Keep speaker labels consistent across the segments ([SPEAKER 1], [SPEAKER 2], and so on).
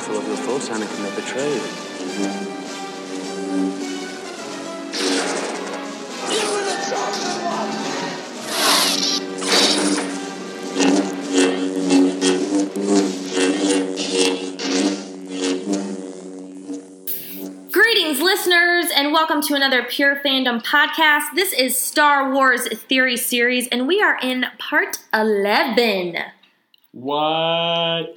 [SPEAKER 1] course, Anakin, they're betrayed.
[SPEAKER 2] Greetings, listeners, and welcome to another Pure Fandom podcast. This is Star Wars Theory Series, and we are in part 11.
[SPEAKER 3] What?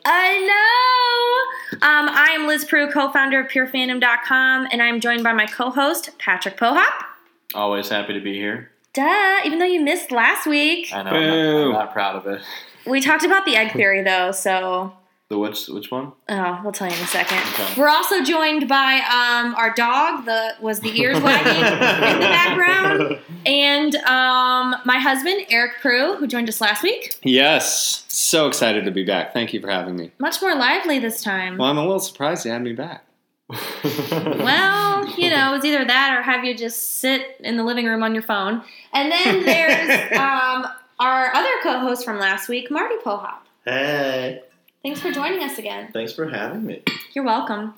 [SPEAKER 2] I know! Um, I am Liz Prue, co founder of PureFandom.com, and I'm joined by my co host, Patrick Pohop.
[SPEAKER 3] Always happy to be here.
[SPEAKER 2] Duh, even though you missed last week.
[SPEAKER 3] I know I'm not, I'm
[SPEAKER 4] Boo.
[SPEAKER 3] not proud of it.
[SPEAKER 2] We talked about the egg theory, though, so
[SPEAKER 3] The which which one?
[SPEAKER 2] Oh, we'll tell you in a second.
[SPEAKER 3] Okay.
[SPEAKER 2] We're also joined by um, our dog. The was the ears wagging in the background, and um, my husband Eric Prue, who joined us last week.
[SPEAKER 4] Yes. So excited to be back. Thank you for having me.
[SPEAKER 2] Much more lively this time.
[SPEAKER 4] Well, I'm a little surprised you had me back.
[SPEAKER 2] Well, you know, it's either that or have you just sit in the living room on your phone. And then there's um, our other co-host from last week, Marty Pohop.
[SPEAKER 5] Hey,
[SPEAKER 2] Thanks for joining us again.
[SPEAKER 5] thanks for having me.
[SPEAKER 2] You're welcome.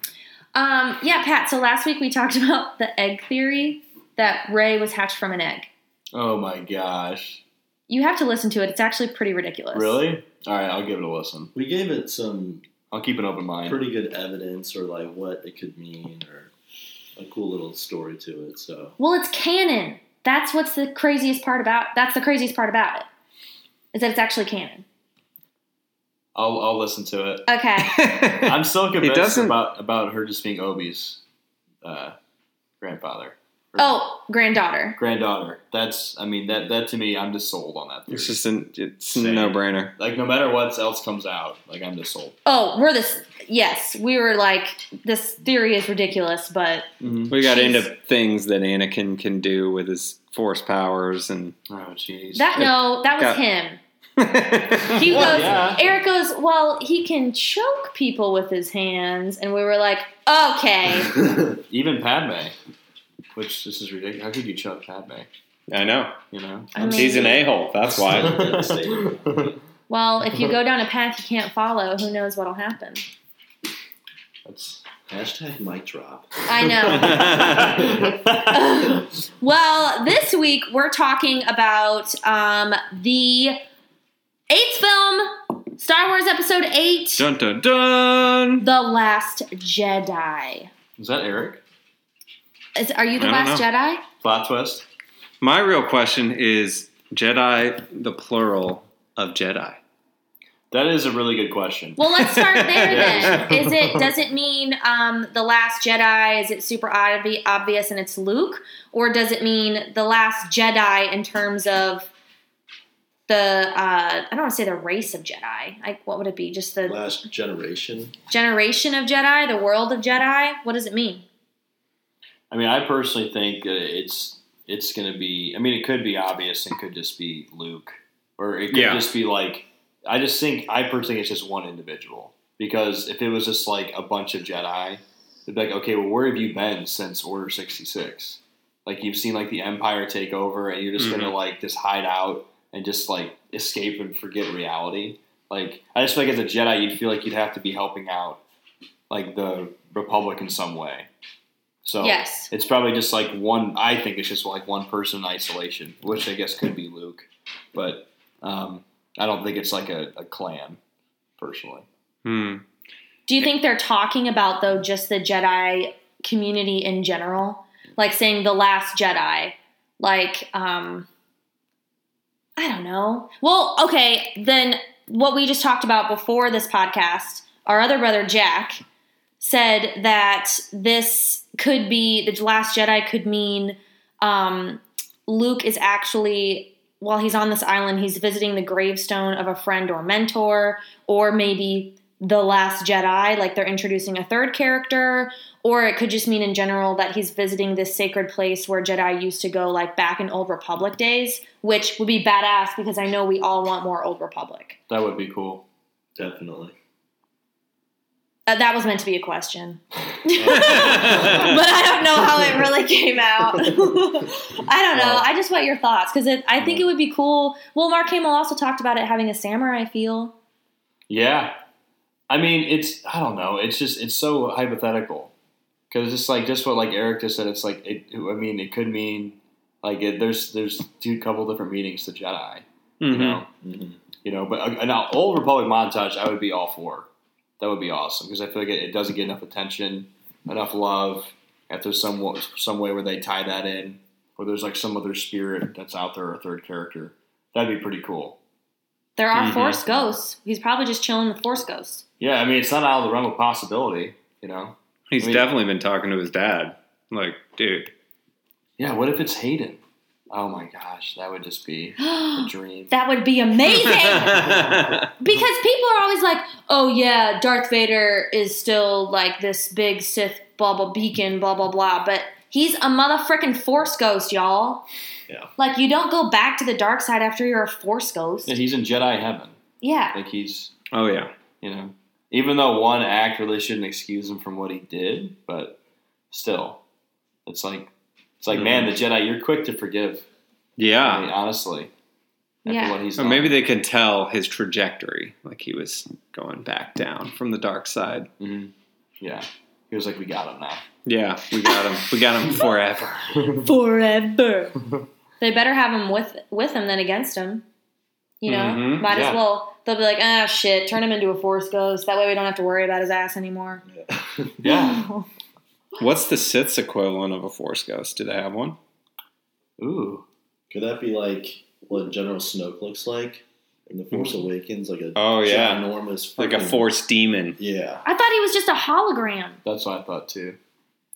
[SPEAKER 2] Um, yeah, Pat. So last week we talked about the egg theory that Ray was hatched from an egg.
[SPEAKER 3] oh my gosh.
[SPEAKER 2] You have to listen to it. It's actually pretty ridiculous.
[SPEAKER 3] Really? Alright, I'll give it a listen.
[SPEAKER 5] We gave it some
[SPEAKER 3] I'll keep an open mind.
[SPEAKER 5] pretty good evidence or like what it could mean or a cool little story to it. So
[SPEAKER 2] Well, it's canon. That's what's the craziest part about. That's the craziest part about it is that it's actually canon.
[SPEAKER 3] I'll I'll listen to it.
[SPEAKER 2] Okay.
[SPEAKER 3] I'm still convinced
[SPEAKER 4] doesn't-
[SPEAKER 3] about about her just being Obi's uh, grandfather. Or
[SPEAKER 2] Oh, granddaughter.
[SPEAKER 3] Granddaughter. That's I mean that that to me I'm just sold on that theory.
[SPEAKER 4] it's just an it's a
[SPEAKER 3] Same.
[SPEAKER 4] no brainer.
[SPEAKER 3] like no matter what else comes out, like I'm just sold.
[SPEAKER 2] Oh, we're this. Yes, we were like this theory is ridiculous, but
[SPEAKER 4] We got
[SPEAKER 2] Jeez.
[SPEAKER 4] into things that Anakin can do with his force powers and
[SPEAKER 3] Oh jeez.
[SPEAKER 2] that no, that was
[SPEAKER 4] Yeah.
[SPEAKER 2] him.
[SPEAKER 4] Well,
[SPEAKER 2] He
[SPEAKER 3] Well,
[SPEAKER 2] goes.
[SPEAKER 3] yeah.
[SPEAKER 2] Eric goes. Well, he can choke people with his hands, and we were like, okay.
[SPEAKER 3] Even Padme, which this is ridiculous. How could you chuck Padme?
[SPEAKER 4] I know.
[SPEAKER 3] You know,
[SPEAKER 2] I mean-
[SPEAKER 4] He's an a hole. That's why.
[SPEAKER 2] Well, if you go down a path you can't follow, who knows what'll happen?
[SPEAKER 3] That's
[SPEAKER 5] hashtag mic drop.
[SPEAKER 2] I know. Well, this week we're talking about um, the eighth film, Star Wars Episode 8
[SPEAKER 4] dun dun dun.
[SPEAKER 2] The Last Jedi.
[SPEAKER 3] is that Eric?
[SPEAKER 2] Is, are you the
[SPEAKER 4] I don't
[SPEAKER 2] last
[SPEAKER 4] know.
[SPEAKER 2] Jedi?
[SPEAKER 3] Plot twist.
[SPEAKER 4] My real question is Jedi the plural of Jedi.
[SPEAKER 3] That is a really good question.
[SPEAKER 2] Well, let's start there
[SPEAKER 4] Yeah.
[SPEAKER 2] then. Is it does it mean um, the last Jedi? Is it super obvi- obvious and it's Luke, or does it mean the last Jedi in terms of the uh, I don't want to say the race of Jedi. Like what would it be? Just the
[SPEAKER 5] Last generation.
[SPEAKER 2] generation of Jedi, the world of Jedi. What does it mean?
[SPEAKER 3] I mean, I personally think that it's it's going to be. I mean, it could be obvious and could just be Luke, or it could
[SPEAKER 4] Yeah.
[SPEAKER 3] just be like. I just think I personally think it's just one individual because if it was just like a bunch of Jedi, it'd be like, okay, well, where have you been since Order sixty six? Like you've seen like the Empire take over, and you're just gonna like just hide out and just like escape and forget reality. Like I just feel like as a Jedi, you'd feel like you'd have to be helping out like the Republic in some way. So
[SPEAKER 2] Yes.
[SPEAKER 3] it's probably just like one. I think it's just like one person in isolation, which I guess could be Luke, but um, I don't think it's like a, a clan personally.
[SPEAKER 4] Hmm.
[SPEAKER 2] Do you think they're talking about though just the Jedi community in general, like saying the last Jedi, like um, I don't know. Well, okay, then what we just talked about before this podcast, our other brother Jack said that this could be the last Jedi could mean um, Luke is actually while he's on this island, he's visiting the gravestone of a friend or mentor, or maybe the last Jedi, like they're introducing a third character, or it could just mean in general that he's visiting this sacred place where Jedi used to go, like back in Old Republic days, which would be badass because I know we all want more Old Republic.
[SPEAKER 3] That would be cool.
[SPEAKER 5] Definitely.
[SPEAKER 2] Uh, that was meant to be a question.
[SPEAKER 4] Mm-hmm.
[SPEAKER 2] but I don't know how it really came out. I don't know. I just want your thoughts because I think it would be cool. Well, Mark Hamill also talked about it having a samurai feel.
[SPEAKER 3] Yeah, I mean, it's I don't know. It's just it's so hypothetical because it's like just what like Eric just said. It's like it. I mean, it could mean like it, there's there's two couple different meanings to Jedi. You
[SPEAKER 4] Mm-hmm.
[SPEAKER 3] know,
[SPEAKER 5] Mhm.
[SPEAKER 3] you know. But uh, now Old Republic montage, I would be all for. That would be awesome because I feel like it, it doesn't get enough attention, enough love. If there's some wa- some way where they tie that in, or there's like some other spirit that's out there, or third character, that'd be pretty cool.
[SPEAKER 2] There are
[SPEAKER 4] Mhm.
[SPEAKER 2] force ghosts. He's probably just chilling with force ghosts.
[SPEAKER 3] Yeah, I mean, it's not out of the realm of possibility. You know.
[SPEAKER 4] He's
[SPEAKER 3] I mean-
[SPEAKER 4] definitely been talking to his dad. Like, dude,
[SPEAKER 3] Yeah, what if it's Hayden? Oh my gosh, that would just be a
[SPEAKER 2] that
[SPEAKER 3] dream.
[SPEAKER 2] would be amazing. because people are always like, "Oh yeah, Darth Vader is still like this big Sith blah blah beacon blah blah blah," but he's a motherfucking Force ghost, y'all.
[SPEAKER 5] Yeah.
[SPEAKER 2] Like you don't go back to the dark side after you're a Force ghost.
[SPEAKER 3] Yeah, he's in Jedi heaven.
[SPEAKER 2] Yeah.
[SPEAKER 3] Like he's,
[SPEAKER 4] oh yeah,
[SPEAKER 3] you know, even though one act really shouldn't excuse him from what he did, but still, it's like, it's like, man, the Jedi, you're quick to forgive. I mean,
[SPEAKER 4] yeah.
[SPEAKER 3] honestly, after
[SPEAKER 2] Yeah.
[SPEAKER 3] what he's
[SPEAKER 4] So
[SPEAKER 3] done.
[SPEAKER 4] maybe they could tell his trajectory, like he was going back down from the dark side.
[SPEAKER 3] Mhm. Yeah, he was like, we got him now.
[SPEAKER 4] Yeah, we got him. We got him forever.
[SPEAKER 2] Forever. they better have him with with him than against him. You know,
[SPEAKER 4] Mhm,
[SPEAKER 2] might
[SPEAKER 3] yeah.
[SPEAKER 2] as well. They'll be like, ah, shit, turn him into a Force ghost. That way we don't have to worry about his ass anymore.
[SPEAKER 5] Yeah.
[SPEAKER 3] Yeah.
[SPEAKER 4] What's the Sith's equivalent of a Force ghost? Do they have one?
[SPEAKER 3] Ooh.
[SPEAKER 5] Could that be like what General Snoke looks like in The Force Awakens? Like a
[SPEAKER 4] Hmm. Oh, yeah.
[SPEAKER 5] enormous
[SPEAKER 4] Like a
[SPEAKER 5] freaking-
[SPEAKER 4] Force demon?
[SPEAKER 5] Yeah,
[SPEAKER 2] I thought he was just a hologram.
[SPEAKER 3] That's what I thought too.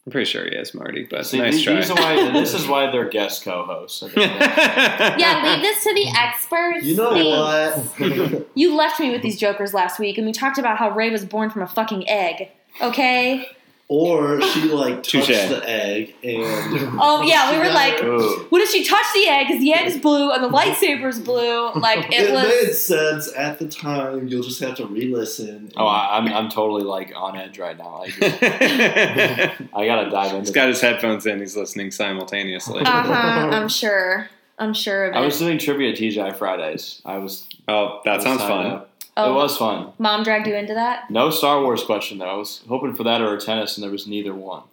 [SPEAKER 4] I'm pretty sure he is, Marty. But
[SPEAKER 3] See,
[SPEAKER 4] nice
[SPEAKER 3] these,
[SPEAKER 4] try.
[SPEAKER 3] these are why, this is why they're guest co-hosts. I think that's-
[SPEAKER 2] Yeah, leave this to the experts.
[SPEAKER 5] you know
[SPEAKER 2] Thanks.
[SPEAKER 5] what?
[SPEAKER 2] You left me with these jokers last week, and we talked about how Ray was born from a fucking egg. Okay.
[SPEAKER 5] or she like touched
[SPEAKER 4] Touche.
[SPEAKER 5] the egg and
[SPEAKER 2] Oh yeah, we were like,
[SPEAKER 3] Ooh.
[SPEAKER 2] what if she touched the egg? Because the egg's blue and the lightsaber's blue. Like
[SPEAKER 5] it,
[SPEAKER 2] it
[SPEAKER 5] made
[SPEAKER 2] was.
[SPEAKER 5] sense at the time. You'll just have to re-listen.
[SPEAKER 3] Oh, I, I'm I'm totally like on edge right now. I, just,
[SPEAKER 4] he's
[SPEAKER 3] I gotta dive into.
[SPEAKER 4] got his headphones in. He's listening simultaneously.
[SPEAKER 2] Uh huh. I'm sure. I'm sure of it.
[SPEAKER 3] I was doing trivia TGI Fridays. I was.
[SPEAKER 4] oh, that sounds
[SPEAKER 3] I
[SPEAKER 4] fun.
[SPEAKER 3] know.
[SPEAKER 2] oh,
[SPEAKER 3] It was fun.
[SPEAKER 2] Mom dragged you into that.
[SPEAKER 3] No Star Wars question though. I was hoping for that or a tennis, and there was neither one.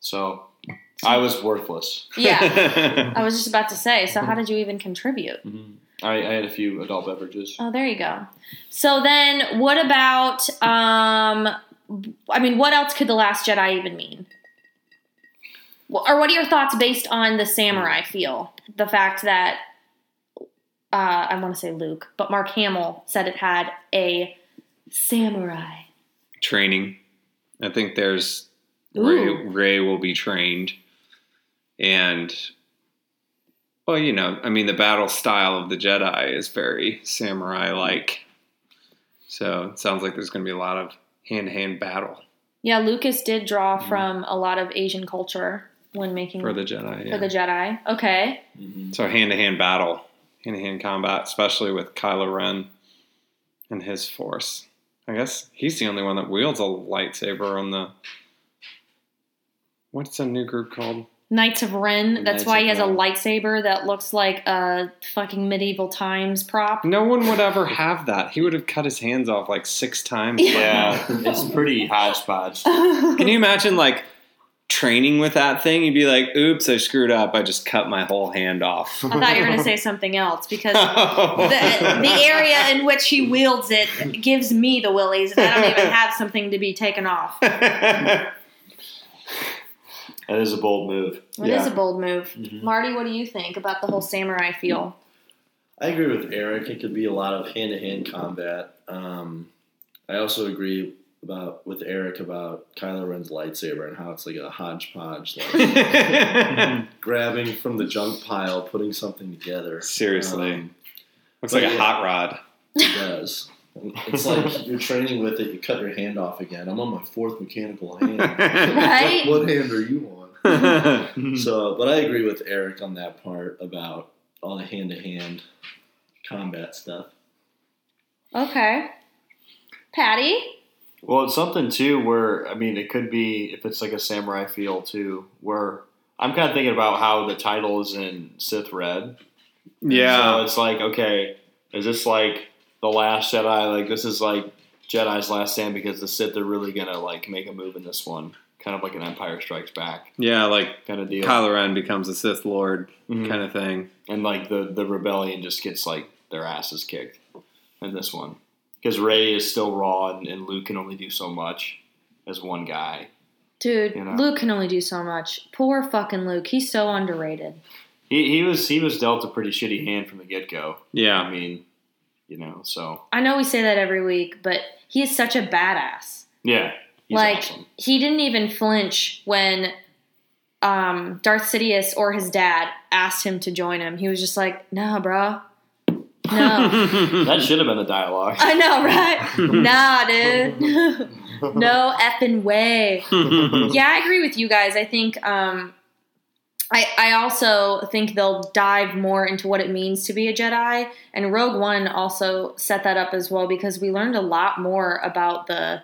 [SPEAKER 3] So I was worthless.
[SPEAKER 2] Yeah. I was just about to say. So how did you even contribute?
[SPEAKER 3] I, I had a few adult beverages.
[SPEAKER 2] Oh, there you go. So then, what about? Um, I mean, what else could the Last Jedi even mean? Wh- Or what are your thoughts based on the samurai feel? The fact that uh, I want to say Luke, but Mark Hamill said it had a samurai.
[SPEAKER 4] Training. I think there's Ray,
[SPEAKER 2] Ooh.
[SPEAKER 4] Ray will be trained, and well, you know, I mean, the battle style of the Jedi is very samurai-like. So it sounds like there's going to be a lot of hand-to-hand battle
[SPEAKER 2] Yeah, Lucas did draw from a lot of Asian culture when making
[SPEAKER 4] Mm-hmm. for the Jedi.
[SPEAKER 2] for
[SPEAKER 4] Yeah.
[SPEAKER 2] the Jedi. Okay,
[SPEAKER 5] Mhm.
[SPEAKER 4] So hand-to-hand battle, hand-to-hand combat, especially with Kylo Ren and his force. I guess he's the only one that wields a lightsaber on the. What's a new group called?
[SPEAKER 2] Knights of Ren. That's
[SPEAKER 3] Knights
[SPEAKER 2] why
[SPEAKER 3] of
[SPEAKER 2] he has a
[SPEAKER 3] Ren.
[SPEAKER 2] lightsaber that looks like a fucking medieval times prop.
[SPEAKER 4] No one would ever have that. He would have cut his hands off like six times.
[SPEAKER 3] Yeah, it's pretty hodgepodge.
[SPEAKER 4] Can you imagine like training with that thing? You'd be like, "Oops, I screwed up. I just cut my whole hand off."
[SPEAKER 2] I thought you were going to say something else because the,
[SPEAKER 4] the,
[SPEAKER 2] the area in which he wields it gives me the willies, and I don't even have something to be taken off. It
[SPEAKER 3] That is a bold move.
[SPEAKER 2] is
[SPEAKER 4] Yeah.
[SPEAKER 2] a bold move.
[SPEAKER 3] Mhm.
[SPEAKER 2] Marty, what do you think about the whole samurai feel?
[SPEAKER 5] I agree with Eric. It could be a lot of hand-to-hand combat. Um, I also agree about with Eric about Kylo Ren's lightsaber and how it's like a hodgepodge, like grabbing from the junk pile, putting something together.
[SPEAKER 4] Seriously.
[SPEAKER 5] Um,
[SPEAKER 4] Looks like a hot rod.
[SPEAKER 5] it does. It's like you're training with it. You cut your hand off again. I'm on my fourth mechanical hand.
[SPEAKER 2] Right?
[SPEAKER 5] what hand are you on?
[SPEAKER 4] yeah,
[SPEAKER 3] Mm-hmm.
[SPEAKER 5] So, but I agree with Eric on that part about all the hand to hand combat stuff.
[SPEAKER 2] Okay. Patty?
[SPEAKER 3] Well, it's something too where I mean it could be if it's like a samurai feel too. Where I'm kind of thinking about how the title is in Sith Red. So it's like, okay, is this like the last Jedi? Like this is like Jedi's Last Stand because the Sith are really gonna like make a move in this one, kind of like an Empire Strikes Back
[SPEAKER 4] Yeah, like
[SPEAKER 3] kind of deal.
[SPEAKER 4] Kylo Ren becomes a Sith Lord
[SPEAKER 3] Mhm.
[SPEAKER 4] kind of thing.
[SPEAKER 3] and like the the rebellion just gets like their asses kicked in this one because Ray is still raw and, and Luke can only do so much as one guy.
[SPEAKER 2] Dude,
[SPEAKER 3] You know.
[SPEAKER 2] Luke can only do so much. Poor fucking Luke. He's so underrated.
[SPEAKER 3] He he was he was dealt a pretty shitty hand from the get go. I
[SPEAKER 4] Yeah,
[SPEAKER 3] mean, you know, so
[SPEAKER 2] I know we say that every week, but he is such a badass.
[SPEAKER 3] yeah, he's
[SPEAKER 2] like
[SPEAKER 3] awesome.
[SPEAKER 2] he didn't even flinch when um, Darth Sidious or his dad asked him to join him. He was just like, "Nah, bro, no."
[SPEAKER 3] That should have been the dialogue.
[SPEAKER 2] I know, right? nah, dude. no effing way.
[SPEAKER 4] Mm-hmm.
[SPEAKER 2] Yeah, I agree with you guys. I think um, I I also think they'll dive more into what it means to be a Jedi, and Rogue One also set that up as well because we learned a lot more about the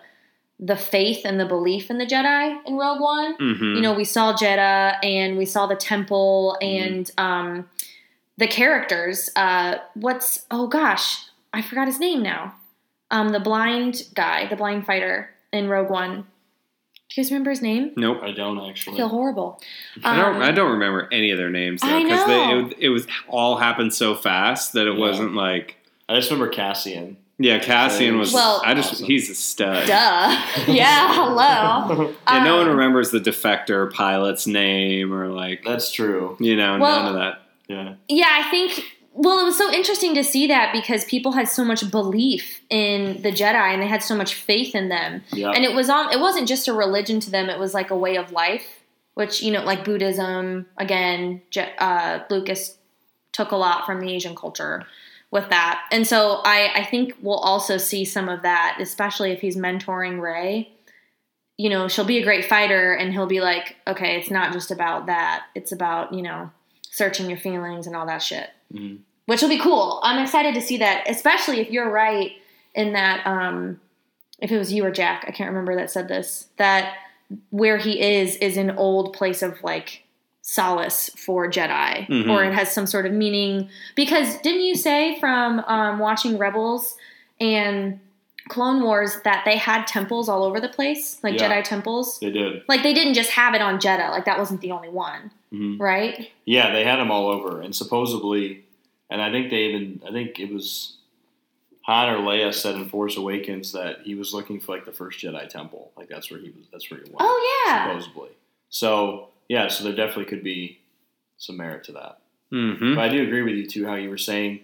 [SPEAKER 2] the faith and the belief in the Jedi in Rogue One.
[SPEAKER 4] Mhm.
[SPEAKER 2] You know, we saw Jeddah and we saw the temple
[SPEAKER 4] Mm-hmm.
[SPEAKER 2] and um, the characters. Uh, what's oh gosh, I forgot his name now. Um, the blind guy, the blind fighter in Rogue One. Do you guys remember his name?
[SPEAKER 4] Nope.
[SPEAKER 3] I don't
[SPEAKER 2] I
[SPEAKER 3] actually.
[SPEAKER 2] feel horrible.
[SPEAKER 4] I don't.
[SPEAKER 2] Um,
[SPEAKER 4] I don't remember any of their names though,
[SPEAKER 2] I
[SPEAKER 4] because
[SPEAKER 2] know.
[SPEAKER 4] it, it was all happened so fast that it
[SPEAKER 3] Yeah.
[SPEAKER 4] wasn't like.
[SPEAKER 3] I just remember Cassian.
[SPEAKER 4] Yeah, Cassian was.
[SPEAKER 2] Well-
[SPEAKER 4] I just
[SPEAKER 3] Awesome.
[SPEAKER 4] he's a stud.
[SPEAKER 2] Duh. yeah. Hello.
[SPEAKER 4] Yeah, no one
[SPEAKER 2] Um,
[SPEAKER 4] remembers the defector pilot's name or like
[SPEAKER 3] That's true.
[SPEAKER 4] you know
[SPEAKER 2] Well-
[SPEAKER 4] none of that.
[SPEAKER 3] Yeah.
[SPEAKER 2] Yeah, I think. Well, it was so interesting to see that because people had so much belief in the Jedi and they had so much faith in them,
[SPEAKER 3] Yeah.
[SPEAKER 2] and it was um, it wasn't just a religion to them; it was like a way of life, which you know, like Buddhism. Again, Je- uh, Lucas took a lot from the Asian culture with that, and so I I think we'll also see some of that, especially if he's mentoring Ray. You know, she'll be a great fighter, and he'll be like, okay, it's not just about that; it's about you know searching your feelings and all that shit,
[SPEAKER 3] Mhm.
[SPEAKER 2] which will be cool. I'm excited to see that, especially if you're right in that. Um, if it was you or Jack, I can't remember that said this. That where he is is an old place of like solace for Jedi,
[SPEAKER 4] Mhm.
[SPEAKER 2] or it has some sort of meaning. Because didn't you say from um, watching Rebels and Clone Wars that they had temples all over the place, like
[SPEAKER 3] Yeah.
[SPEAKER 2] Jedi temples?
[SPEAKER 3] They did.
[SPEAKER 2] Like they didn't just have it on Jeddah. Like that wasn't the only one,
[SPEAKER 3] Mhm.
[SPEAKER 2] right?
[SPEAKER 3] Yeah, they had him all over, and supposedly, and I think they even, I think it was Han or Leia said in Force Awakens that he was looking for like the first Jedi temple, like that's where he was, that's where he went.
[SPEAKER 2] Oh yeah.
[SPEAKER 3] supposedly. So yeah, so there definitely could be some merit to that.
[SPEAKER 4] hmm
[SPEAKER 3] But I do agree with you too, how you were saying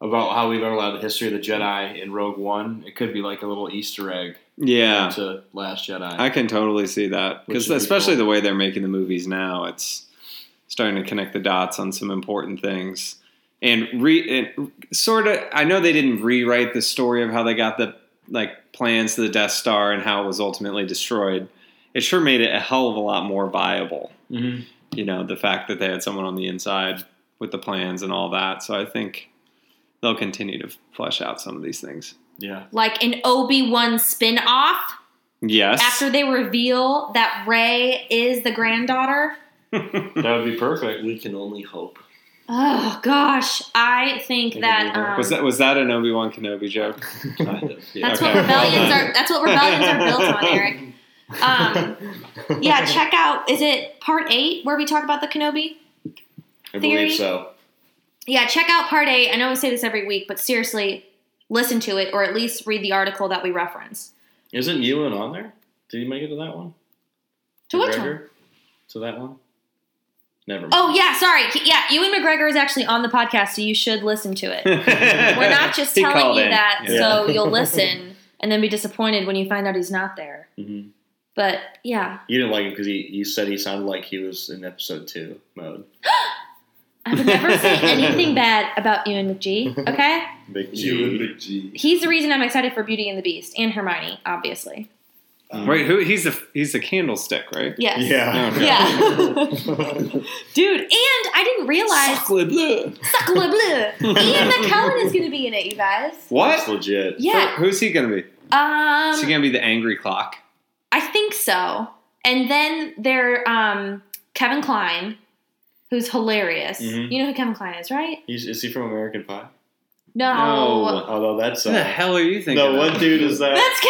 [SPEAKER 3] about how we learn a lot of the history of the Jedi in Rogue One. It could be like a little Easter egg
[SPEAKER 4] Yeah,
[SPEAKER 3] to Last Jedi.
[SPEAKER 4] I can totally see that
[SPEAKER 3] Which
[SPEAKER 4] because
[SPEAKER 3] would be
[SPEAKER 4] especially
[SPEAKER 3] cool.
[SPEAKER 4] the way they're making the movies now, it's starting to connect the dots on some important things and re and sort of. I know they didn't rewrite the story of how they got the like plans to the Death Star and how it was ultimately destroyed. It sure made it a hell of a lot more viable.
[SPEAKER 3] mm-hmm.
[SPEAKER 4] you know the fact that they had someone on the inside with the plans and all that so i think they'll continue to flesh out some of these things
[SPEAKER 3] Yeah,
[SPEAKER 2] Like an Obi Wan spin off
[SPEAKER 4] yes
[SPEAKER 2] after they reveal that Rey is the granddaughter.
[SPEAKER 3] that would be perfect.
[SPEAKER 5] We can only hope.
[SPEAKER 2] Oh gosh, I think
[SPEAKER 3] Think
[SPEAKER 2] that
[SPEAKER 3] it'd be hard.
[SPEAKER 2] um,
[SPEAKER 4] was that was that an obi-wan kenobi joke
[SPEAKER 5] Kind of, yeah.
[SPEAKER 2] that's
[SPEAKER 4] Okay.
[SPEAKER 2] what rebellions are. That's what rebellions are built on, Eric. Um, yeah, check out. Is it part eight where we talk about the Kenobi?
[SPEAKER 3] I
[SPEAKER 2] theory?
[SPEAKER 3] believe so.
[SPEAKER 2] Yeah, check out part eight. I know we say this every week, but seriously, listen to it or at least read the article that we reference.
[SPEAKER 3] Isn't Ewan on there? Did he make it to that one?
[SPEAKER 2] To which one?
[SPEAKER 3] McGregor? To that one? Never mind.
[SPEAKER 2] Oh yeah, sorry. He- Yeah, Ewan McGregor is actually on the podcast, so you should listen to it. We're
[SPEAKER 4] we're
[SPEAKER 2] not just telling you that
[SPEAKER 3] Yeah.
[SPEAKER 2] so you'll listen and then be disappointed when you find out he's not there.
[SPEAKER 3] Mhm.
[SPEAKER 2] But yeah,
[SPEAKER 3] You didn't like him because he, you said he sounded like he was in episode two mode.
[SPEAKER 2] I would never say anything bad about Ewan McGee. Okay,
[SPEAKER 3] Big
[SPEAKER 5] You
[SPEAKER 3] G.
[SPEAKER 5] and Big G.
[SPEAKER 2] he's the reason I'm excited for Beauty and the Beast and Hermione, obviously.
[SPEAKER 5] Um,
[SPEAKER 4] wait who he's a he's a candlestick right
[SPEAKER 2] Yes.
[SPEAKER 3] Yeah.
[SPEAKER 4] Okay.
[SPEAKER 2] Yeah.
[SPEAKER 4] Oh,
[SPEAKER 2] Dude, and I didn't realize
[SPEAKER 4] Sacre bleu.
[SPEAKER 2] Sacre bleu. Ian McKellen is going to be in it, you guys.
[SPEAKER 3] That's
[SPEAKER 4] what
[SPEAKER 3] legit.
[SPEAKER 2] Yeah.
[SPEAKER 4] who's he gonna be
[SPEAKER 2] Um
[SPEAKER 4] is he gonna be the angry clock
[SPEAKER 2] I think so. And then there, um, Kevin Klein, who's hilarious.
[SPEAKER 3] Mhm.
[SPEAKER 2] You know who Kevin Klein is, right?
[SPEAKER 3] He's, is he from American Pie?
[SPEAKER 2] No.
[SPEAKER 4] No.
[SPEAKER 3] Although that's
[SPEAKER 4] Oh. What the
[SPEAKER 3] uh,
[SPEAKER 4] hell are you thinking?
[SPEAKER 3] no
[SPEAKER 4] of?
[SPEAKER 3] one dude is that
[SPEAKER 2] That's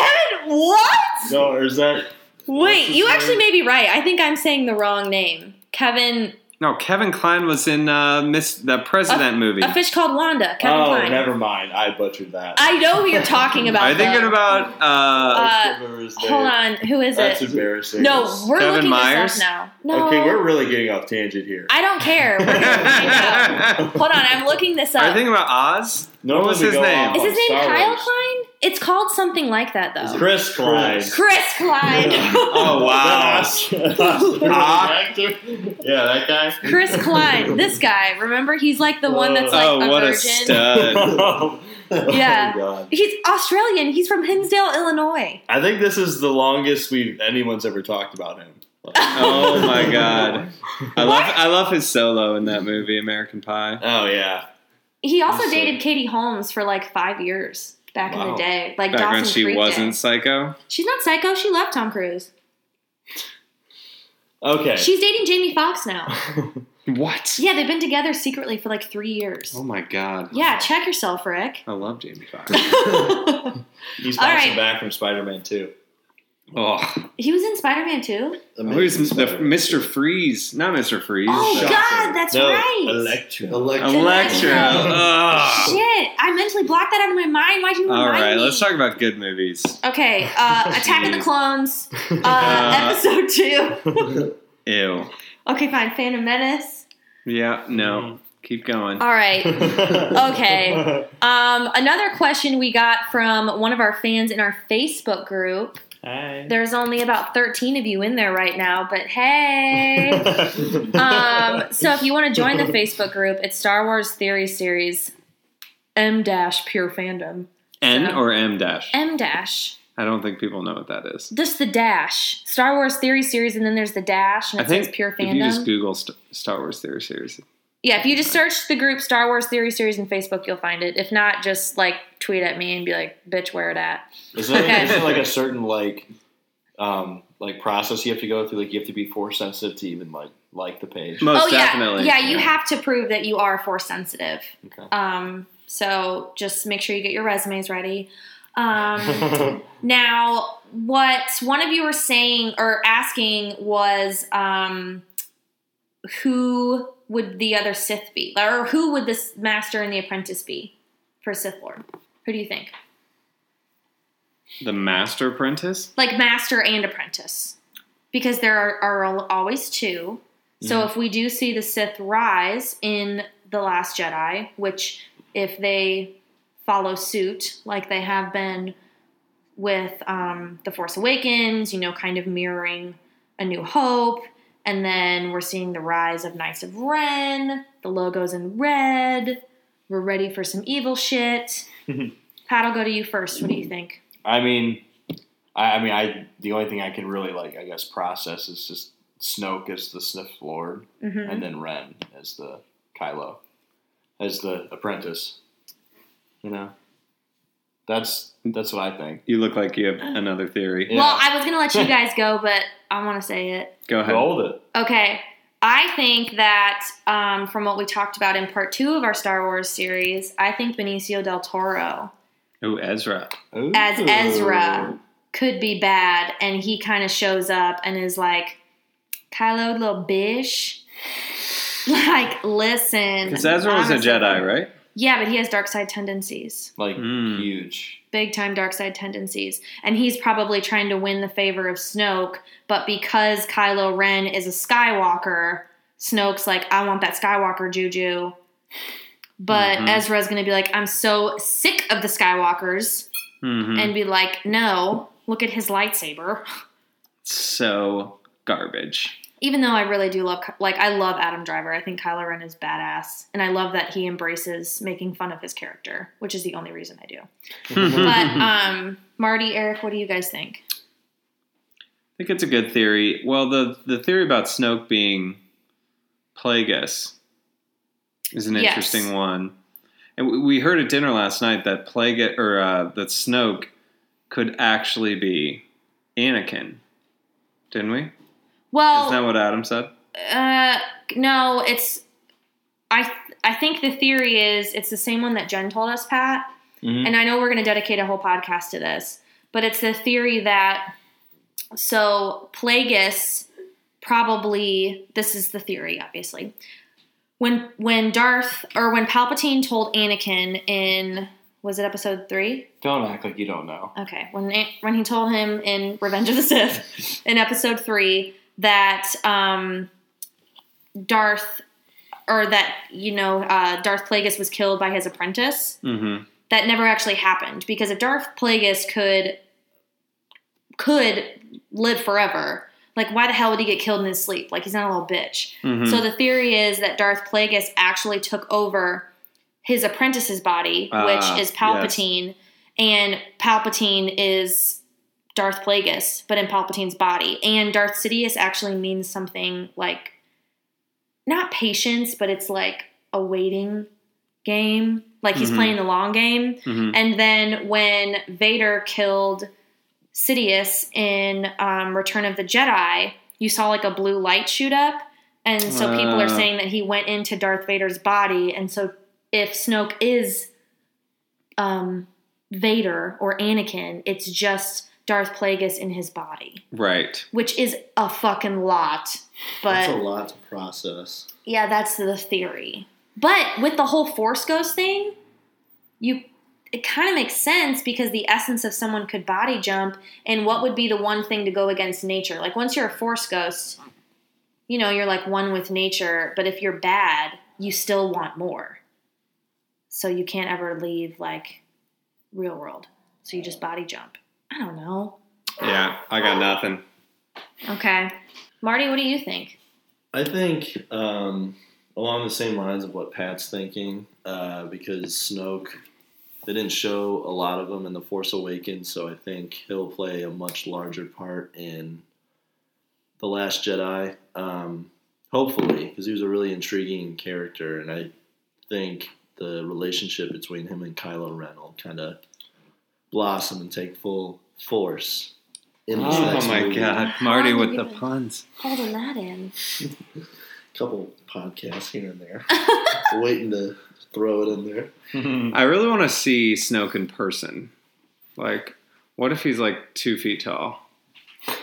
[SPEAKER 2] Kevin. What?
[SPEAKER 3] no or is that
[SPEAKER 2] Wait,
[SPEAKER 3] his
[SPEAKER 2] you
[SPEAKER 3] name?
[SPEAKER 2] actually may be right. I think I'm saying the wrong name. Kevin,
[SPEAKER 4] No, Kevin Klein was in uh, Miss the President movie.
[SPEAKER 2] a fish called Wanda. Kevin
[SPEAKER 3] oh
[SPEAKER 2] Klein.
[SPEAKER 3] never mind I butchered that
[SPEAKER 2] I know who you're talking about.
[SPEAKER 4] Are they
[SPEAKER 2] though.
[SPEAKER 4] thinking about? Uh,
[SPEAKER 2] Uh,
[SPEAKER 3] can't remember his
[SPEAKER 2] Hold
[SPEAKER 3] name.
[SPEAKER 2] on, who is
[SPEAKER 3] that's
[SPEAKER 2] it?
[SPEAKER 3] embarrassing
[SPEAKER 2] No, we're
[SPEAKER 4] Kevin
[SPEAKER 2] looking
[SPEAKER 4] Myers?
[SPEAKER 2] this up now. No,
[SPEAKER 3] okay we're really getting off tangent here
[SPEAKER 2] I don't care. We're gonna look it up.
[SPEAKER 4] are
[SPEAKER 2] Hold on, I'm looking this up.
[SPEAKER 4] they thinking about Oz?
[SPEAKER 3] Normally
[SPEAKER 4] was
[SPEAKER 3] we
[SPEAKER 4] his
[SPEAKER 3] go
[SPEAKER 4] name?
[SPEAKER 3] off
[SPEAKER 2] is
[SPEAKER 3] on
[SPEAKER 2] his name
[SPEAKER 3] Star
[SPEAKER 2] Kyle
[SPEAKER 3] Wars.
[SPEAKER 2] Klein? It's called something like that
[SPEAKER 3] Is
[SPEAKER 2] though.
[SPEAKER 3] it Chris Klein
[SPEAKER 5] Chris.
[SPEAKER 2] Chris Klein.
[SPEAKER 4] Oh wow! Ah.
[SPEAKER 3] yeah that guy Oh,
[SPEAKER 2] Chris Klein. This guy. Remember, he's like the one that's like
[SPEAKER 4] oh,
[SPEAKER 2] a
[SPEAKER 4] what
[SPEAKER 2] virgin.
[SPEAKER 4] a stud!
[SPEAKER 3] oh,
[SPEAKER 2] Yeah.
[SPEAKER 3] my God.
[SPEAKER 2] He's Australian. He's from Hinsdale, Illinois.
[SPEAKER 3] I think this is the longest we've anyone's ever talked about him.
[SPEAKER 4] Oh my god! I love I love his solo in that movie, American Pie.
[SPEAKER 3] Oh yeah.
[SPEAKER 2] He also
[SPEAKER 3] He's so-
[SPEAKER 2] dated Katie Holmes for like five years back in
[SPEAKER 3] Wow.
[SPEAKER 2] the day. Like
[SPEAKER 4] Back when
[SPEAKER 2] Dawson
[SPEAKER 4] she
[SPEAKER 2] Creek
[SPEAKER 4] wasn't
[SPEAKER 2] Day.
[SPEAKER 4] psycho.
[SPEAKER 2] She's not psycho. She left Tom Cruise.
[SPEAKER 3] Okay.
[SPEAKER 2] She's dating Jamie Foxx now.
[SPEAKER 4] What?
[SPEAKER 2] Yeah, they've been together secretly for like three years.
[SPEAKER 4] Oh my god!
[SPEAKER 2] Yeah, check yourself, Rick.
[SPEAKER 4] I love Jamie Foxx.
[SPEAKER 3] He's
[SPEAKER 2] All
[SPEAKER 3] bouncing
[SPEAKER 2] right.
[SPEAKER 3] back from Spider-Man 2.
[SPEAKER 4] oh,
[SPEAKER 2] he was in Spider Man too.
[SPEAKER 4] who's the Mr. Freeze? Not Mr. Freeze.
[SPEAKER 2] Oh
[SPEAKER 5] Shocker.
[SPEAKER 2] God, that's
[SPEAKER 3] no,
[SPEAKER 2] right.
[SPEAKER 3] Electro.
[SPEAKER 4] Electra. Ugh.
[SPEAKER 2] Shit, I mentally blocked that out of my mind. Why'd you
[SPEAKER 4] All
[SPEAKER 2] remind
[SPEAKER 4] right,
[SPEAKER 2] me?
[SPEAKER 4] let's talk about good movies.
[SPEAKER 2] Okay, uh, Attack of the
[SPEAKER 4] Jeez.
[SPEAKER 2] Clones, uh,
[SPEAKER 4] Uh,
[SPEAKER 2] episode two.
[SPEAKER 4] Ew.
[SPEAKER 2] Okay, fine. Phantom Menace.
[SPEAKER 4] Yeah, no. Mm-hmm. Keep going.
[SPEAKER 2] All right. Okay. Um, another question we got from one of our fans in our Facebook group.
[SPEAKER 3] Hi.
[SPEAKER 2] There's only about 13 of you in there right now, but hey. um, so if you want to join the Facebook group, it's Star Wars Theory Series M dash Pure Fandom.
[SPEAKER 4] N or M dash?
[SPEAKER 2] M dash.
[SPEAKER 4] I don't think people know what that is.
[SPEAKER 2] There's the dash. Star Wars Theory Series, and then there's the dash, and
[SPEAKER 4] I
[SPEAKER 2] it
[SPEAKER 4] think
[SPEAKER 2] says Pure
[SPEAKER 4] if you just
[SPEAKER 2] Fandom. Oh,
[SPEAKER 4] Google St- Star Wars Theory Series,
[SPEAKER 2] yeah, if you just search the group Star Wars Theory Series in Facebook, you'll find it. If not, just like tweet at me and be like, bitch, where it at?
[SPEAKER 3] Is there,
[SPEAKER 2] Okay.
[SPEAKER 3] is there like a certain like um like process you have to go through? Like you have to be force sensitive to even like like the page.
[SPEAKER 4] most
[SPEAKER 2] oh, yeah.
[SPEAKER 4] definitely.
[SPEAKER 2] Yeah, you have to prove that you are force sensitive.
[SPEAKER 3] Okay.
[SPEAKER 2] Um, so just make sure you get your resumes ready. Um, Now, what one of you were saying or asking was um, who would the other Sith be? Or who would this master and the apprentice be for Sith Lord? Who do you think?
[SPEAKER 4] The Master Apprentice.
[SPEAKER 2] Like master and apprentice. Because there are, are al- always two. So if we do see the Sith rise in The Last Jedi, which if they follow suit like they have been with um, The Force Awakens, you know, kind of mirroring A New Hope. And then we're seeing the rise of Knights of Ren. The logo's in red. We're ready for some evil shit. Pat, I'll go to you first. What do you think?
[SPEAKER 3] I mean, I, I mean, I the only thing I can really like, I guess, process is just Snoke as the Sith Lord,
[SPEAKER 2] Mm-hmm.
[SPEAKER 3] and then Ren as the Kylo, as the apprentice. You know, that's that's what I think.
[SPEAKER 4] You look like you have another theory.
[SPEAKER 3] Yeah.
[SPEAKER 2] Well, I was gonna let you guys go, but I want to say it.
[SPEAKER 4] Go ahead.
[SPEAKER 3] Hold it.
[SPEAKER 2] Okay, I think that um, from what we talked about in part two of our Star Wars series, I think Benicio del Toro
[SPEAKER 4] Ooh, Ezra.
[SPEAKER 3] Ooh.
[SPEAKER 2] as Ezra could be bad, and he kind of shows up and is like, "Kylo, little bish." Like, listen.
[SPEAKER 4] Because Ezra was a
[SPEAKER 2] honestly-
[SPEAKER 4] Jedi, right?
[SPEAKER 2] Yeah, but he has dark side tendencies.
[SPEAKER 3] like
[SPEAKER 4] Mm.
[SPEAKER 3] huge.
[SPEAKER 2] big time dark side tendencies and he's probably trying to win the favor of Snoke but because Kylo Ren is a Skywalker Snoke's like I want that Skywalker juju but
[SPEAKER 4] Mhm.
[SPEAKER 2] Ezra's going to be like I'm so sick of the Skywalkers
[SPEAKER 4] Mm-hmm.
[SPEAKER 2] and be like no look at his lightsaber
[SPEAKER 4] so garbage.
[SPEAKER 2] even though I really do love Ky- like I love Adam Driver I think Kylo Ren is badass and I love that he embraces making fun of his character which is the only reason I do but um Marty Eric what do you guys think
[SPEAKER 4] I think it's a good theory. Well, the the theory about Snoke being Plagueis is an
[SPEAKER 2] Yes.
[SPEAKER 4] interesting one, and we- we heard at dinner last night that Plague or uh, that Snoke could actually be Anakin, didn't we?
[SPEAKER 2] Well,
[SPEAKER 4] Oh. Isn't that what Adam said?
[SPEAKER 2] uh, no, it's. I I think the theory is it's the same one that Jen told us, Pat.
[SPEAKER 3] Mhm.
[SPEAKER 2] And I know we're going to dedicate a whole podcast to this, but it's the theory that so Plagueis probably this is the theory, obviously. When when Darth or when Palpatine told Anakin in was it episode three?
[SPEAKER 3] Don't act like you don't know.
[SPEAKER 2] Okay, when when he told him in Revenge of the Sith in episode three that um, Darth or that you know uh, Darth Plagueis was killed by his apprentice,
[SPEAKER 4] Mm-hmm.
[SPEAKER 2] that never actually happened because if Darth Plagueis could could live forever, like why the hell would he get killed in his sleep? Like he's not a little bitch.
[SPEAKER 4] hmm
[SPEAKER 2] So the theory is that Darth Plagueis actually took over his apprentice's body,
[SPEAKER 4] Ah,
[SPEAKER 2] which is
[SPEAKER 4] yes.
[SPEAKER 2] Palpatine, and Palpatine is Darth Plagueis, but in Palpatine's body. And Darth Sidious actually means something like not patience, but it's like a waiting game. Like he's
[SPEAKER 4] Mhm.
[SPEAKER 2] playing the long game.
[SPEAKER 4] hmm
[SPEAKER 2] And then when Vader killed Sidious in um, Return of the Jedi, you saw like a blue light shoot up. And so people are
[SPEAKER 5] Uh.
[SPEAKER 4] Ah.
[SPEAKER 2] saying that he went into Darth Vader's body. And so if Snoke is um, Vader or Anakin, it's just Darth Plagueis in his body,
[SPEAKER 4] Right.
[SPEAKER 2] which is a fucking lot. But
[SPEAKER 5] That's a lot to process.
[SPEAKER 2] yeah, that's the theory. But with the whole force ghost thing, you it kind of makes sense because the essence of someone could body jump and what would be the one thing to go against nature? Like once you're a force ghost, you know, you're like one with nature, but if you're bad, you still want more. So you can't ever leave like real world. So you just body jump. I don't know.
[SPEAKER 4] Yeah, I got nothing.
[SPEAKER 2] Okay. Marty, what do you think?
[SPEAKER 5] I think um, along the same lines of what Pat's thinking, uh, because Snoke, they didn't show a lot of him in The Force Awakens, so I think he'll play a much larger part in The Last Jedi. Um, hopefully, because he was a really intriguing character, and I think the relationship between him and Kylo Ren will kind of blossom and take full force. In this
[SPEAKER 4] Oh
[SPEAKER 5] next
[SPEAKER 4] my
[SPEAKER 5] movie.
[SPEAKER 4] god, Marty
[SPEAKER 2] How
[SPEAKER 4] with
[SPEAKER 2] did
[SPEAKER 4] the
[SPEAKER 2] you-
[SPEAKER 4] puns.
[SPEAKER 2] Holding that in.
[SPEAKER 5] couple podcasts here and there, waiting to throw it in there.
[SPEAKER 4] I really want to see Snoke in person. Like, what if he's like two feet tall?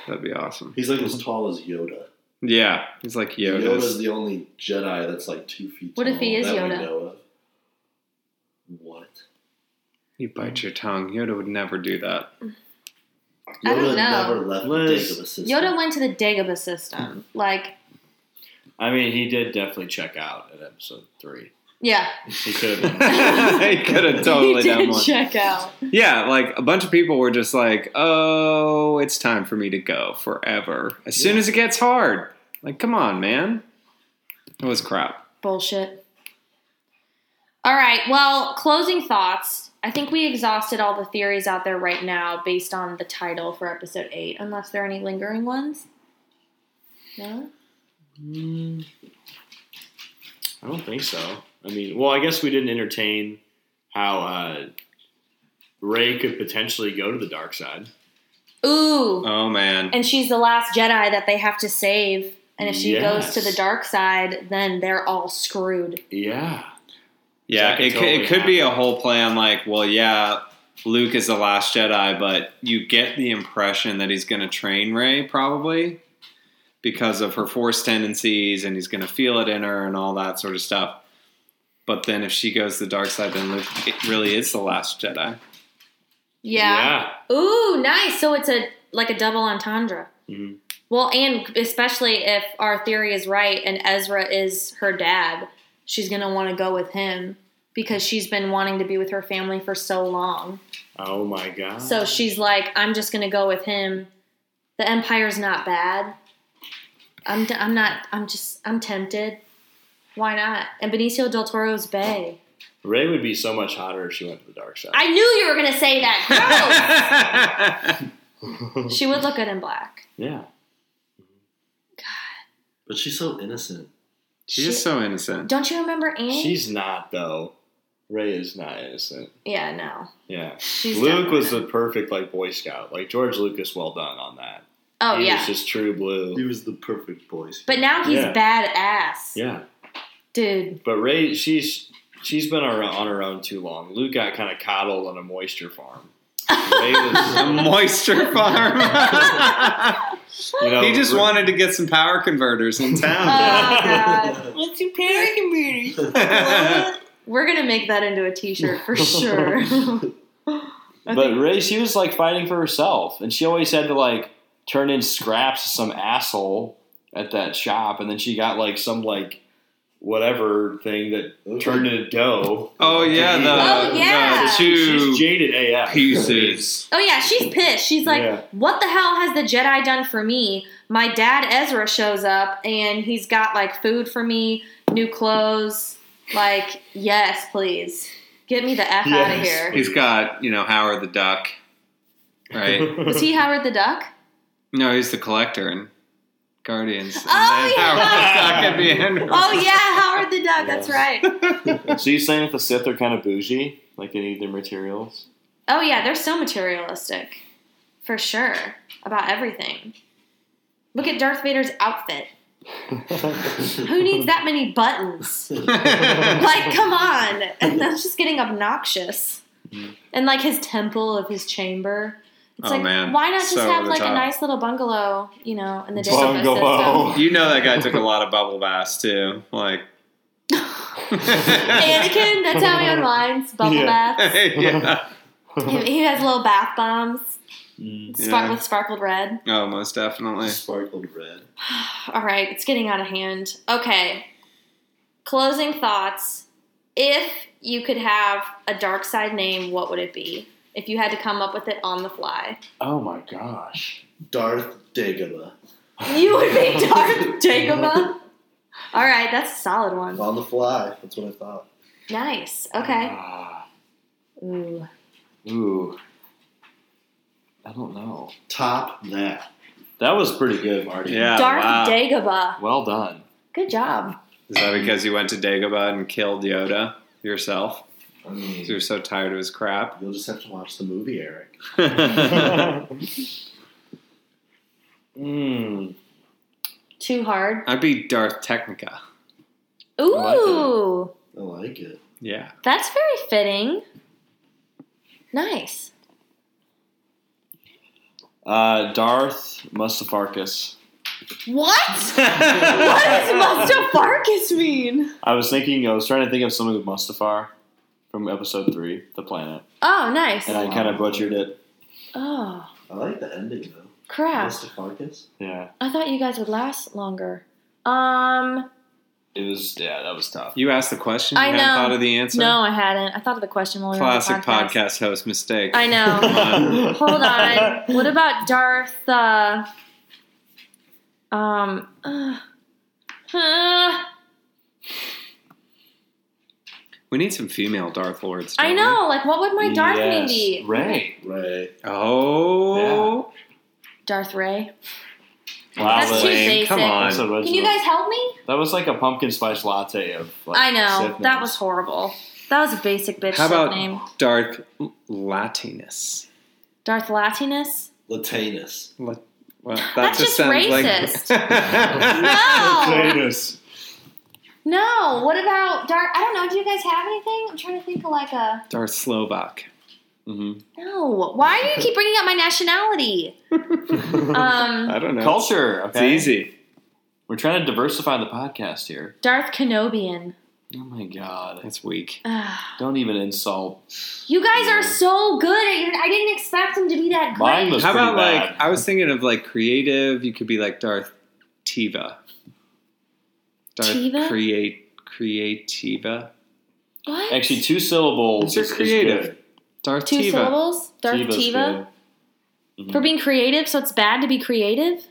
[SPEAKER 4] That'd be awesome.
[SPEAKER 5] He's like as tall as Yoda.
[SPEAKER 4] Yeah, he's like
[SPEAKER 5] Yoda's
[SPEAKER 4] Yoda's.
[SPEAKER 5] the only Jedi that's like two feet.
[SPEAKER 2] What
[SPEAKER 5] tall
[SPEAKER 2] if he is
[SPEAKER 5] that we
[SPEAKER 2] Yoda?
[SPEAKER 5] know of. What?
[SPEAKER 4] You bite your tongue. Yoda would never do that.
[SPEAKER 2] I don't
[SPEAKER 5] Yoda
[SPEAKER 2] know.
[SPEAKER 5] never left
[SPEAKER 3] Liz-
[SPEAKER 5] the Dagobah system.
[SPEAKER 2] Yoda went to the Dagobah system. Like,
[SPEAKER 3] I mean, he did definitely check out at episode three.
[SPEAKER 2] yeah,
[SPEAKER 3] He could have been.
[SPEAKER 4] he could have totally
[SPEAKER 2] he did
[SPEAKER 4] done one.
[SPEAKER 2] check out.
[SPEAKER 4] Yeah, like a bunch of people were just like, "Oh, it's time for me to go forever." As soon as it gets hard, like, come on, man. It was crap.
[SPEAKER 2] Bullshit. All right. Well, closing thoughts. I think we exhausted all the theories out there right now based on the title for episode eight, unless there are any lingering ones. No.
[SPEAKER 4] Hmm.
[SPEAKER 3] I don't think so. I mean, well, I guess we didn't entertain how uh, Ray could potentially go to the dark side.
[SPEAKER 2] Ooh.
[SPEAKER 4] Oh man,
[SPEAKER 2] and she's the last Jedi that they have to save. And if she goes to
[SPEAKER 3] Yes.
[SPEAKER 2] the dark side, then they're all screwed.
[SPEAKER 3] Yeah.
[SPEAKER 4] yeah.
[SPEAKER 3] That could
[SPEAKER 4] It could,
[SPEAKER 3] totally
[SPEAKER 4] it could be a
[SPEAKER 3] happen.
[SPEAKER 4] whole plan. Like, well, yeah, Luke is the last Jedi, but you get the impression that he's going to train Ray probably because of her Force tendencies, and he's going to feel it in her and all that sort of stuff. But then, if she goes to the dark side, then Luke it really is the last Jedi.
[SPEAKER 2] Ooh, nice. So it's a like a double entendre.
[SPEAKER 3] Mhm.
[SPEAKER 2] Well, and especially if our theory is right and Ezra is her dad, she's going to want to go with him because she's been wanting to be with her family for so long.
[SPEAKER 3] Oh my god.
[SPEAKER 2] So she's like, I'm just going to go with him. The empire's not bad. I'm, I'm not, I'm just, I'm tempted. Why not? And Benicio del Toro's Bay.
[SPEAKER 3] Ray would be so much hotter if she went to the dark side.
[SPEAKER 2] I knew you were going to say that.
[SPEAKER 4] yeah,
[SPEAKER 2] Gross. she would look good in black.
[SPEAKER 3] yeah.
[SPEAKER 5] But she's so innocent.
[SPEAKER 4] she's just so innocent.
[SPEAKER 2] Don't you remember Annie?
[SPEAKER 3] She's not though. Ray is not innocent.
[SPEAKER 2] Yeah, no.
[SPEAKER 3] Yeah.
[SPEAKER 2] She's
[SPEAKER 3] Luke
[SPEAKER 2] definitely
[SPEAKER 3] was
[SPEAKER 2] not.
[SPEAKER 3] the perfect like Boy Scout. Like George Lucas, well done on that.
[SPEAKER 2] Oh
[SPEAKER 3] he
[SPEAKER 2] yeah.
[SPEAKER 3] was just true
[SPEAKER 5] He
[SPEAKER 3] blue.
[SPEAKER 5] was the perfect boy.
[SPEAKER 2] but now he's
[SPEAKER 3] Yeah.
[SPEAKER 2] badass.
[SPEAKER 3] Yeah.
[SPEAKER 2] dude.
[SPEAKER 3] But Ray, she's she's been ar- on her own too long. Luke got kind of coddled on a moisture farm. Ray
[SPEAKER 4] A
[SPEAKER 3] was,
[SPEAKER 4] moisture farm.
[SPEAKER 3] you know,
[SPEAKER 4] he just
[SPEAKER 3] Ray-
[SPEAKER 4] wanted to get some power converters in town.
[SPEAKER 2] Oh god, what's your parent computer? We're gonna make that into a T-shirt for sure.
[SPEAKER 3] But Ray, she was like fighting for herself, and she always had to like turn in scraps to some asshole at that shop, and then she got like some like whatever thing that turned into dough.
[SPEAKER 4] oh yeah, the,
[SPEAKER 2] Oh, yeah.
[SPEAKER 4] the two
[SPEAKER 3] She's jaded AF.
[SPEAKER 4] pieces.
[SPEAKER 2] Oh yeah, she's pissed. She's like,
[SPEAKER 3] Yeah.
[SPEAKER 2] "What the hell has the Jedi done for me?" My dad Ezra shows up and he's got like food for me, new clothes. Like, yes, please get me the f out of
[SPEAKER 3] Yes,
[SPEAKER 2] here.
[SPEAKER 4] He's got you know Howard the Duck, right?
[SPEAKER 2] Was he Howard the Duck?
[SPEAKER 4] no, he's the collector in Guardians. And
[SPEAKER 2] Oh,
[SPEAKER 4] then
[SPEAKER 2] yeah.
[SPEAKER 4] Howard the Duck at the end.
[SPEAKER 2] Oh yeah, Howard the Duck. That's
[SPEAKER 5] Yes.
[SPEAKER 2] right.
[SPEAKER 3] so you saying that the Sith are kind of bougie, like they need their materials?
[SPEAKER 2] Oh yeah, they're so materialistic, for sure, about everything. Look at Darth Vader's outfit. Who needs that many buttons? like come on and that's just getting obnoxious and like his temple of his chamber it's
[SPEAKER 4] Mm-hmm. Oh,
[SPEAKER 2] like
[SPEAKER 4] man.
[SPEAKER 2] why not just
[SPEAKER 4] So over
[SPEAKER 2] have
[SPEAKER 4] the
[SPEAKER 2] like a
[SPEAKER 4] top.
[SPEAKER 2] nice little bungalow you know in the day
[SPEAKER 3] Bungalow.
[SPEAKER 4] You know that guy took a lot of bubble baths too. Like
[SPEAKER 2] Anakin, that's how he unwinds bubble
[SPEAKER 3] Yeah.
[SPEAKER 2] baths.
[SPEAKER 4] yeah.
[SPEAKER 2] He, he has little bath bombs
[SPEAKER 3] Mm.
[SPEAKER 2] spark-
[SPEAKER 4] Yeah.
[SPEAKER 2] with sparkled red.
[SPEAKER 4] Oh, most definitely.
[SPEAKER 5] Sparkled red.
[SPEAKER 2] All right, it's getting out of hand. Okay, closing thoughts. If you could have a dark side name, what would it be? If you had to come up with it on the fly,
[SPEAKER 3] Oh my gosh.
[SPEAKER 5] Darth Dagobah.
[SPEAKER 2] You would be Darth Dagobah. All right, that's a solid one.
[SPEAKER 5] On the fly. That's what I thought.
[SPEAKER 2] Nice. Okay.
[SPEAKER 3] Ah,
[SPEAKER 2] Ooh.
[SPEAKER 3] ooh. I don't know.
[SPEAKER 5] Top that.
[SPEAKER 3] That was pretty good, Marty.
[SPEAKER 4] Yeah.
[SPEAKER 2] Darth
[SPEAKER 4] Oh, wow.
[SPEAKER 2] Dagobah.
[SPEAKER 3] Well done.
[SPEAKER 2] Good job.
[SPEAKER 4] Is that because you went to Dagobah and killed Yoda yourself?
[SPEAKER 5] I
[SPEAKER 4] 'Cause
[SPEAKER 5] mean,
[SPEAKER 4] You're so tired of his crap.
[SPEAKER 5] you'll just have to watch the movie, Eric.
[SPEAKER 4] I
[SPEAKER 3] Mm.
[SPEAKER 2] Too hard.
[SPEAKER 4] would be Darth Technica.
[SPEAKER 3] like that.
[SPEAKER 2] Ooh.
[SPEAKER 5] I like it.
[SPEAKER 4] Yeah.
[SPEAKER 2] That's very fitting. Nice.
[SPEAKER 3] Uh, Darth Mustafarkas.
[SPEAKER 2] What?
[SPEAKER 4] I
[SPEAKER 2] What does Mustafarkus mean?
[SPEAKER 3] I was thinking, I was trying to think of something with Mustafar from episode three, The Planet,
[SPEAKER 2] Oh, nice.
[SPEAKER 3] and I kind of butchered it.
[SPEAKER 2] Oh,
[SPEAKER 5] I like the ending though.
[SPEAKER 2] crap.
[SPEAKER 5] Mr. Farkas.
[SPEAKER 3] Yeah,
[SPEAKER 2] I thought you guys would last longer. Um,
[SPEAKER 3] it was. Yeah, that was tough.
[SPEAKER 4] You asked the question. You
[SPEAKER 2] I
[SPEAKER 4] haven't
[SPEAKER 2] know.
[SPEAKER 4] thought of the answer.
[SPEAKER 2] no, I hadn't. I thought of the question while we were on the
[SPEAKER 4] Classic podcast host mistake.
[SPEAKER 2] I know. Hold on. What about Darth? Uh, um. Uh, uh,
[SPEAKER 4] We need some female Darth Lords. don't
[SPEAKER 2] I
[SPEAKER 4] we?
[SPEAKER 2] know. Like, what would my Darth name be?
[SPEAKER 3] Ray.
[SPEAKER 5] Right.
[SPEAKER 4] Oh.
[SPEAKER 2] Darth Ray.
[SPEAKER 3] Wow,
[SPEAKER 2] That's too
[SPEAKER 3] lame.
[SPEAKER 2] basic.
[SPEAKER 4] Come on.
[SPEAKER 3] That's original.
[SPEAKER 2] Can you guys help me?
[SPEAKER 3] That was like a pumpkin spice latte of. Like,
[SPEAKER 2] I know
[SPEAKER 3] Sith
[SPEAKER 2] that
[SPEAKER 3] names.
[SPEAKER 2] was horrible. That was a basic bitch
[SPEAKER 4] How
[SPEAKER 2] shit
[SPEAKER 4] about
[SPEAKER 2] name.
[SPEAKER 4] Darth Latinus?
[SPEAKER 2] Darth Latinus.
[SPEAKER 5] Latinus.
[SPEAKER 4] La- well, that
[SPEAKER 2] That's just No.
[SPEAKER 3] Potatoes.
[SPEAKER 2] No. What about Darth? I don't know. Do you guys have anything? I'm trying to think of like a.
[SPEAKER 4] Darth Slovak.
[SPEAKER 3] Mhm.
[SPEAKER 2] No. Why do you keep bringing up my nationality? Um.
[SPEAKER 4] I don't know.
[SPEAKER 3] Culture.
[SPEAKER 4] It's
[SPEAKER 3] okay?
[SPEAKER 4] easy.
[SPEAKER 3] We're trying to diversify the podcast here.
[SPEAKER 2] Darth Kenobian.
[SPEAKER 3] Oh my god!
[SPEAKER 4] That's weak.
[SPEAKER 2] Ugh.
[SPEAKER 3] Don't even insult.
[SPEAKER 2] You guys are so good. At your, I didn't expect him to be that great.
[SPEAKER 3] Mine was
[SPEAKER 4] How
[SPEAKER 3] pretty
[SPEAKER 4] about
[SPEAKER 3] bad.
[SPEAKER 4] like I was thinking of like creative. You could be like Darth Tiva. Darth
[SPEAKER 2] Tiva?
[SPEAKER 4] create creativa.
[SPEAKER 2] what?
[SPEAKER 3] Actually, two syllables.
[SPEAKER 4] It's your
[SPEAKER 3] is- is
[SPEAKER 4] creative.
[SPEAKER 3] good.
[SPEAKER 4] Darth
[SPEAKER 2] two
[SPEAKER 4] Tiva.
[SPEAKER 2] syllables. Darth
[SPEAKER 3] Tiva's
[SPEAKER 2] Tiva
[SPEAKER 3] good. Mhm.
[SPEAKER 2] for being creative. So it's bad to be creative,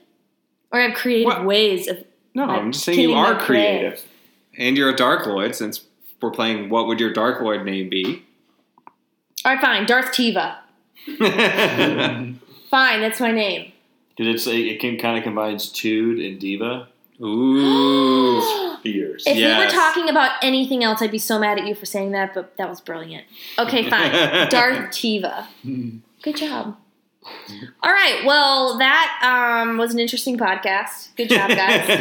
[SPEAKER 2] or have creative
[SPEAKER 4] What?
[SPEAKER 2] ways of.
[SPEAKER 4] No,
[SPEAKER 2] Like
[SPEAKER 4] I'm just saying you
[SPEAKER 2] Kitty
[SPEAKER 4] are
[SPEAKER 2] McRae.
[SPEAKER 4] creative, and you're a Dark Lord. Since we're playing, what would your Dark Lord name be?
[SPEAKER 2] All right, fine. Darth Tiva. Fine, that's my name.
[SPEAKER 3] Because it's it can kind of combines Tude and Diva.
[SPEAKER 4] Ooh,
[SPEAKER 5] Beers.
[SPEAKER 2] If we were
[SPEAKER 4] Yes.
[SPEAKER 2] talking about anything else, I'd be so mad at you for saying that, but that was brilliant. Okay, fine. Darth Tiva. Good job. All right. Well, that um, was an interesting podcast. Good job, guys.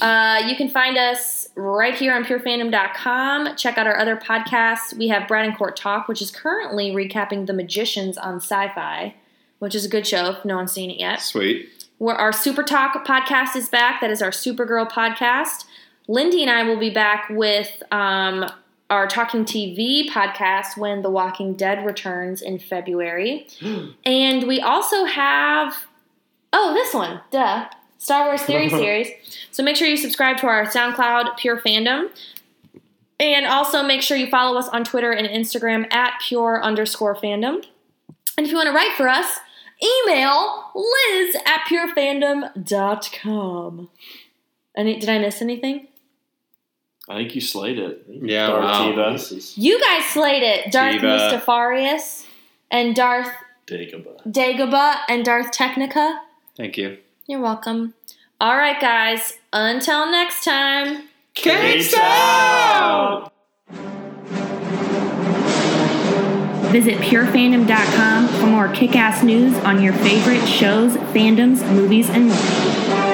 [SPEAKER 2] Uh, you can find us right here on purefandom.com. Check out our other podcasts. We have Brad and Court Talk, which is currently recapping The Magicians on Sci Fi, which is a good show if no one's seen it yet.
[SPEAKER 4] Sweet.
[SPEAKER 2] Where our Super Talk podcast is back. That is our Supergirl podcast. Lindy and I will be back with um, our Talking TV podcast when The Walking Dead returns in February. and we also have, oh, this one, duh, Star Wars Theory Series. So make sure you subscribe to our SoundCloud, Pure Fandom. And also make sure you follow us on Twitter and Instagram at pure underscore fandom. And if you want to write for us, email liz at purefandom.com. Any, did I miss anything?
[SPEAKER 3] I think you slayed it.
[SPEAKER 4] Yeah,
[SPEAKER 5] Dark
[SPEAKER 4] wow.
[SPEAKER 3] Tiva.
[SPEAKER 5] This
[SPEAKER 2] You guys slayed it. Darth
[SPEAKER 4] Diva.
[SPEAKER 2] Mustafarius and Darth
[SPEAKER 5] Dagobah.
[SPEAKER 2] Dagobah and Darth Technica.
[SPEAKER 4] Thank you.
[SPEAKER 2] You're welcome. All right, guys. Until next time.
[SPEAKER 3] Peace out!
[SPEAKER 2] Visit purefandom.com for more kick ass news on your favorite shows, fandoms, movies, and more.